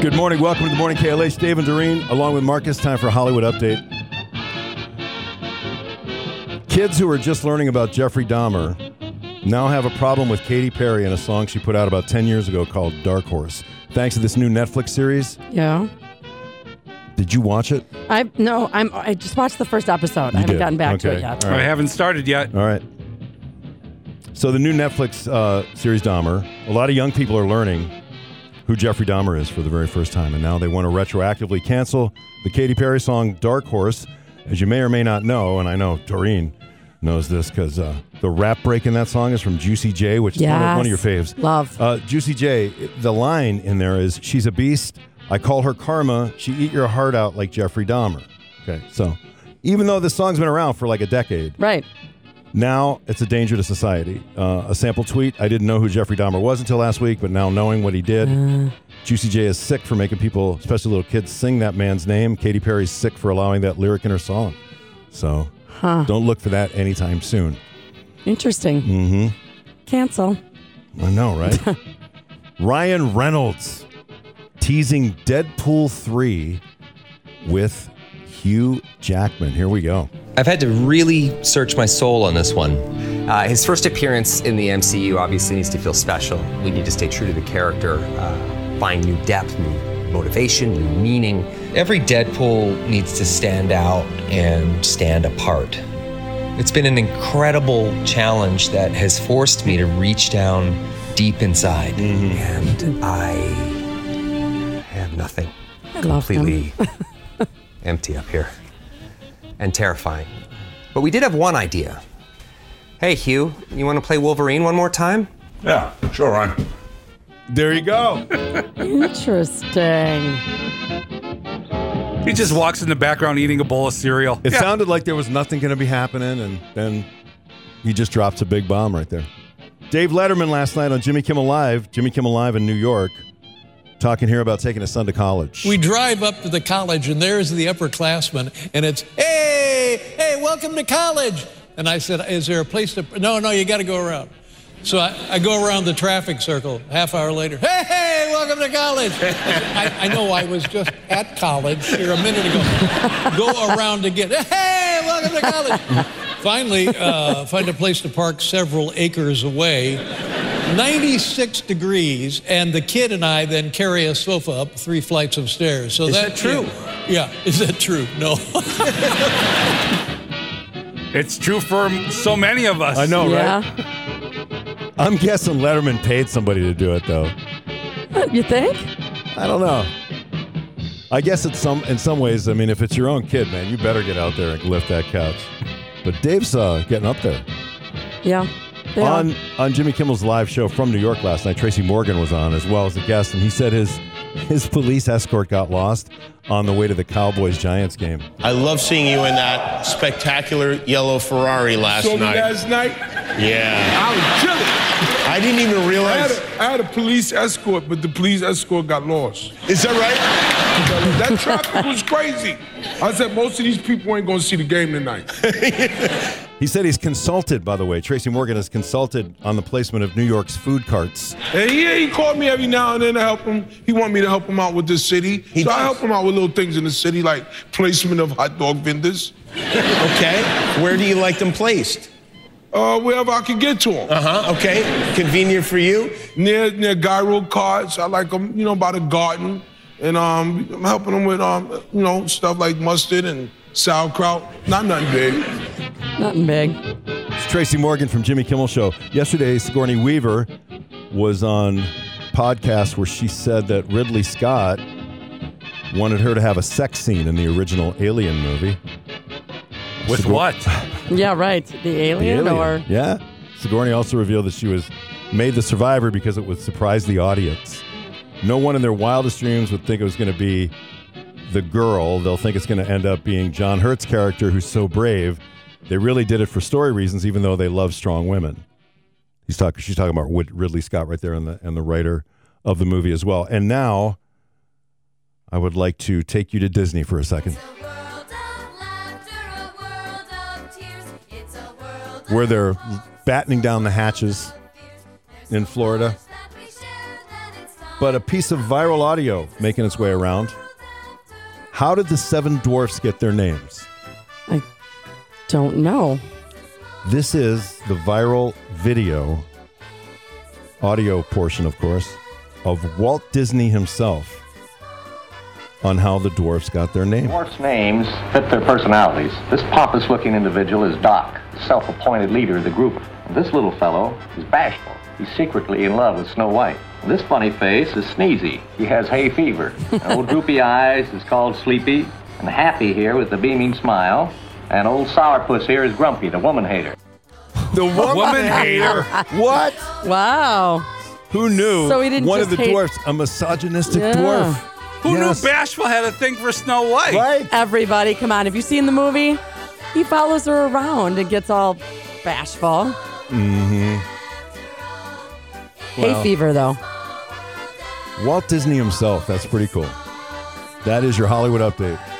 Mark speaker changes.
Speaker 1: Good morning. Welcome to the morning KLH. Dave and Doreen, along with Marcus. Time for a Hollywood update. Kids who are just learning about Jeffrey Dahmer now have a problem with Katy Perry in a song she put out about 10 years ago called Dark Horse. Thanks to this new Netflix series.
Speaker 2: Yeah.
Speaker 1: Did you watch it?
Speaker 2: I no, I'm I just watched the first episode. I haven't
Speaker 1: did?
Speaker 2: gotten back to
Speaker 1: Okay.
Speaker 2: it yet.
Speaker 1: All right.
Speaker 3: I haven't started yet.
Speaker 1: All right. So the new Netflix uh, series Dahmer, a lot of young people are learning who Jeffrey Dahmer is for the very first time, and now they want to retroactively cancel the Katy Perry song "Dark Horse," as you may or may not know, and I know Doreen knows this because uh, the rap break in that song is from Juicy J, which is one of- one of your
Speaker 2: Yes.
Speaker 1: faves.
Speaker 2: Love.
Speaker 1: Uh, Juicy J, the line in there is, "She's a beast. I call her karma. She eat your heart out like Jeffrey Dahmer." Okay, so even though this song's been around for like a decade,
Speaker 2: Right.
Speaker 1: now it's a danger to society. Uh, a sample tweet: I didn't know who Jeffrey Dahmer was until last week, but now knowing what he did, Juicy J is sick for making people, especially little kids, sing that man's name. Katy Perry's sick for allowing that lyric in her song. So don't look for that anytime soon.
Speaker 2: Interesting. Mm-hmm. Cancel.
Speaker 1: I know, right? Ryan Reynolds teasing Deadpool three with Hugh Jackman. Here we go.
Speaker 4: I've had to really search my soul on this one.
Speaker 5: Uh, his first appearance in the MCU obviously needs to feel special. We need to stay true to the character, uh, find new depth, new motivation, new meaning.
Speaker 4: Every Deadpool needs to stand out and stand apart. It's been an incredible challenge that has forced me to reach down deep inside.
Speaker 5: Mm-hmm. And I have nothing.
Speaker 2: love him.
Speaker 5: Completely empty up here and terrifying. But we did have one idea. Hey, Hugh, you want to play Wolverine one more time?
Speaker 6: Yeah, sure, Ryan.
Speaker 1: There you go.
Speaker 2: Interesting.
Speaker 3: He just walks in the background eating a bowl of cereal.
Speaker 1: It
Speaker 3: Yeah.
Speaker 1: sounded like there was nothing going to be happening, and then he just drops a big bomb right there. Dave Letterman last night on Jimmy Kimmel Live, Jimmy Kimmel Live in New York, talking here about taking his son to college.
Speaker 7: We drive up to the college, and there's the upperclassman, and it's, hey, hey, welcome to college. And I said, is there a place to, no, no, you got to go around. So I, I go around the traffic circle half hour later. Hey, hey, welcome to college. I, said, I, I know I was just at college here a minute ago. Go around again. Hey, welcome to college. Finally, uh, find a place to park several acres away. 96 degrees, and the kid and I then carry a sofa up three flights of stairs. So
Speaker 5: Is that true?
Speaker 7: Yeah, is that true? No.
Speaker 3: It's true for so many of us.
Speaker 1: I know, right?
Speaker 2: yeah.
Speaker 1: I'm guessing Letterman paid somebody to do it, though.
Speaker 2: You think?
Speaker 1: I don't know. I guess it's some in some ways. I mean, if it's your own kid, man, you better get out there and lift that couch. But Dave's uh, getting up there.
Speaker 2: Yeah. They are.
Speaker 1: on on Jimmy Kimmel's live show from New York last night. Tracy Morgan was on as well as a guest, and he said his his police escort got lost on the way to the Cowboys Giants game.
Speaker 8: I love seeing you in that spectacular yellow Ferrari last
Speaker 6: Saw me
Speaker 8: night.
Speaker 6: last night.
Speaker 8: yeah.
Speaker 6: I was chilling.
Speaker 8: I didn't even
Speaker 6: I had,
Speaker 8: realize.
Speaker 6: a, I had a police escort, but the police escort got lost.
Speaker 8: Is that right?
Speaker 6: That traffic was crazy. I said, most of these people ain't gonna see the game tonight.
Speaker 1: He said he's consulted, by the way. Tracy Morgan has consulted on the placement of New York's food carts.
Speaker 6: And yeah, he called me every now and then to help him. He wanted me to help him out with the city. so I
Speaker 8: does.
Speaker 6: help him out with little things in the city, like placement of hot dog vendors,
Speaker 8: Okay. Where do you like them placed?
Speaker 6: uh, wherever I could get to him.
Speaker 8: Uh huh. Okay. Convenient for you.
Speaker 6: Near near gyro carts, I like them, you know, by the garden. And um, I'm helping him with, um, you know, stuff like mustard and sauerkraut. Not nothing big.
Speaker 2: Nothing big.
Speaker 1: It's Tracy Morgan from Jimmy Kimmel Show. Yesterday, Sigourney Weaver was on podcast where she said that Ridley Scott wanted her to have a sex scene in the original Alien movie.
Speaker 3: With
Speaker 1: Sigour-
Speaker 3: what?
Speaker 2: Yeah, right. The alien, or
Speaker 1: yeah. Sigourney also revealed that she was made the survivor because it would surprise the audience. No one in their wildest dreams would think it was going to be the girl. They'll think it's going to end up being John Hurt's character, who's so brave. They really did it for story reasons, even though they love strong women. He's talking. She's talking about Whit- Ridley Scott right there, and the and the writer of the movie as well. And now, I would like to take you to Disney for a second. where they're battening down the hatches in Florida. but a piece of viral audio making its way around. How did the seven dwarfs get their names?
Speaker 2: I don't know.
Speaker 1: This is the viral video, audio portion, of course, of Walt Disney himself on how the dwarfs got their name.
Speaker 9: Dwarfs' names fit their personalities. This pompous looking individual is Doc, self appointed leader of the group. And this little fellow is bashful. He's secretly in love with Snow White. This funny face is Sneezy. He has hay fever. And old Droopy Eyes is called Sleepy. And Happy here with the beaming smile. And old Sourpuss here is Grumpy, the woman hater.
Speaker 1: The woman,
Speaker 3: Woman hater.
Speaker 1: What?
Speaker 2: Wow.
Speaker 1: Who knew
Speaker 2: So he didn't
Speaker 1: one of
Speaker 2: just
Speaker 1: the
Speaker 2: hate-
Speaker 1: dwarfs, a misogynistic
Speaker 2: Yeah.
Speaker 1: dwarf?
Speaker 3: Who
Speaker 1: Yes.
Speaker 3: knew Bashful had a thing for Snow White?
Speaker 1: Right?
Speaker 2: Everybody, come on. Have you seen the movie? He follows her around and gets all bashful.
Speaker 1: Mm-hmm.
Speaker 2: Hay fever, though.
Speaker 1: Walt Disney himself. That's pretty cool. That is your Hollywood update.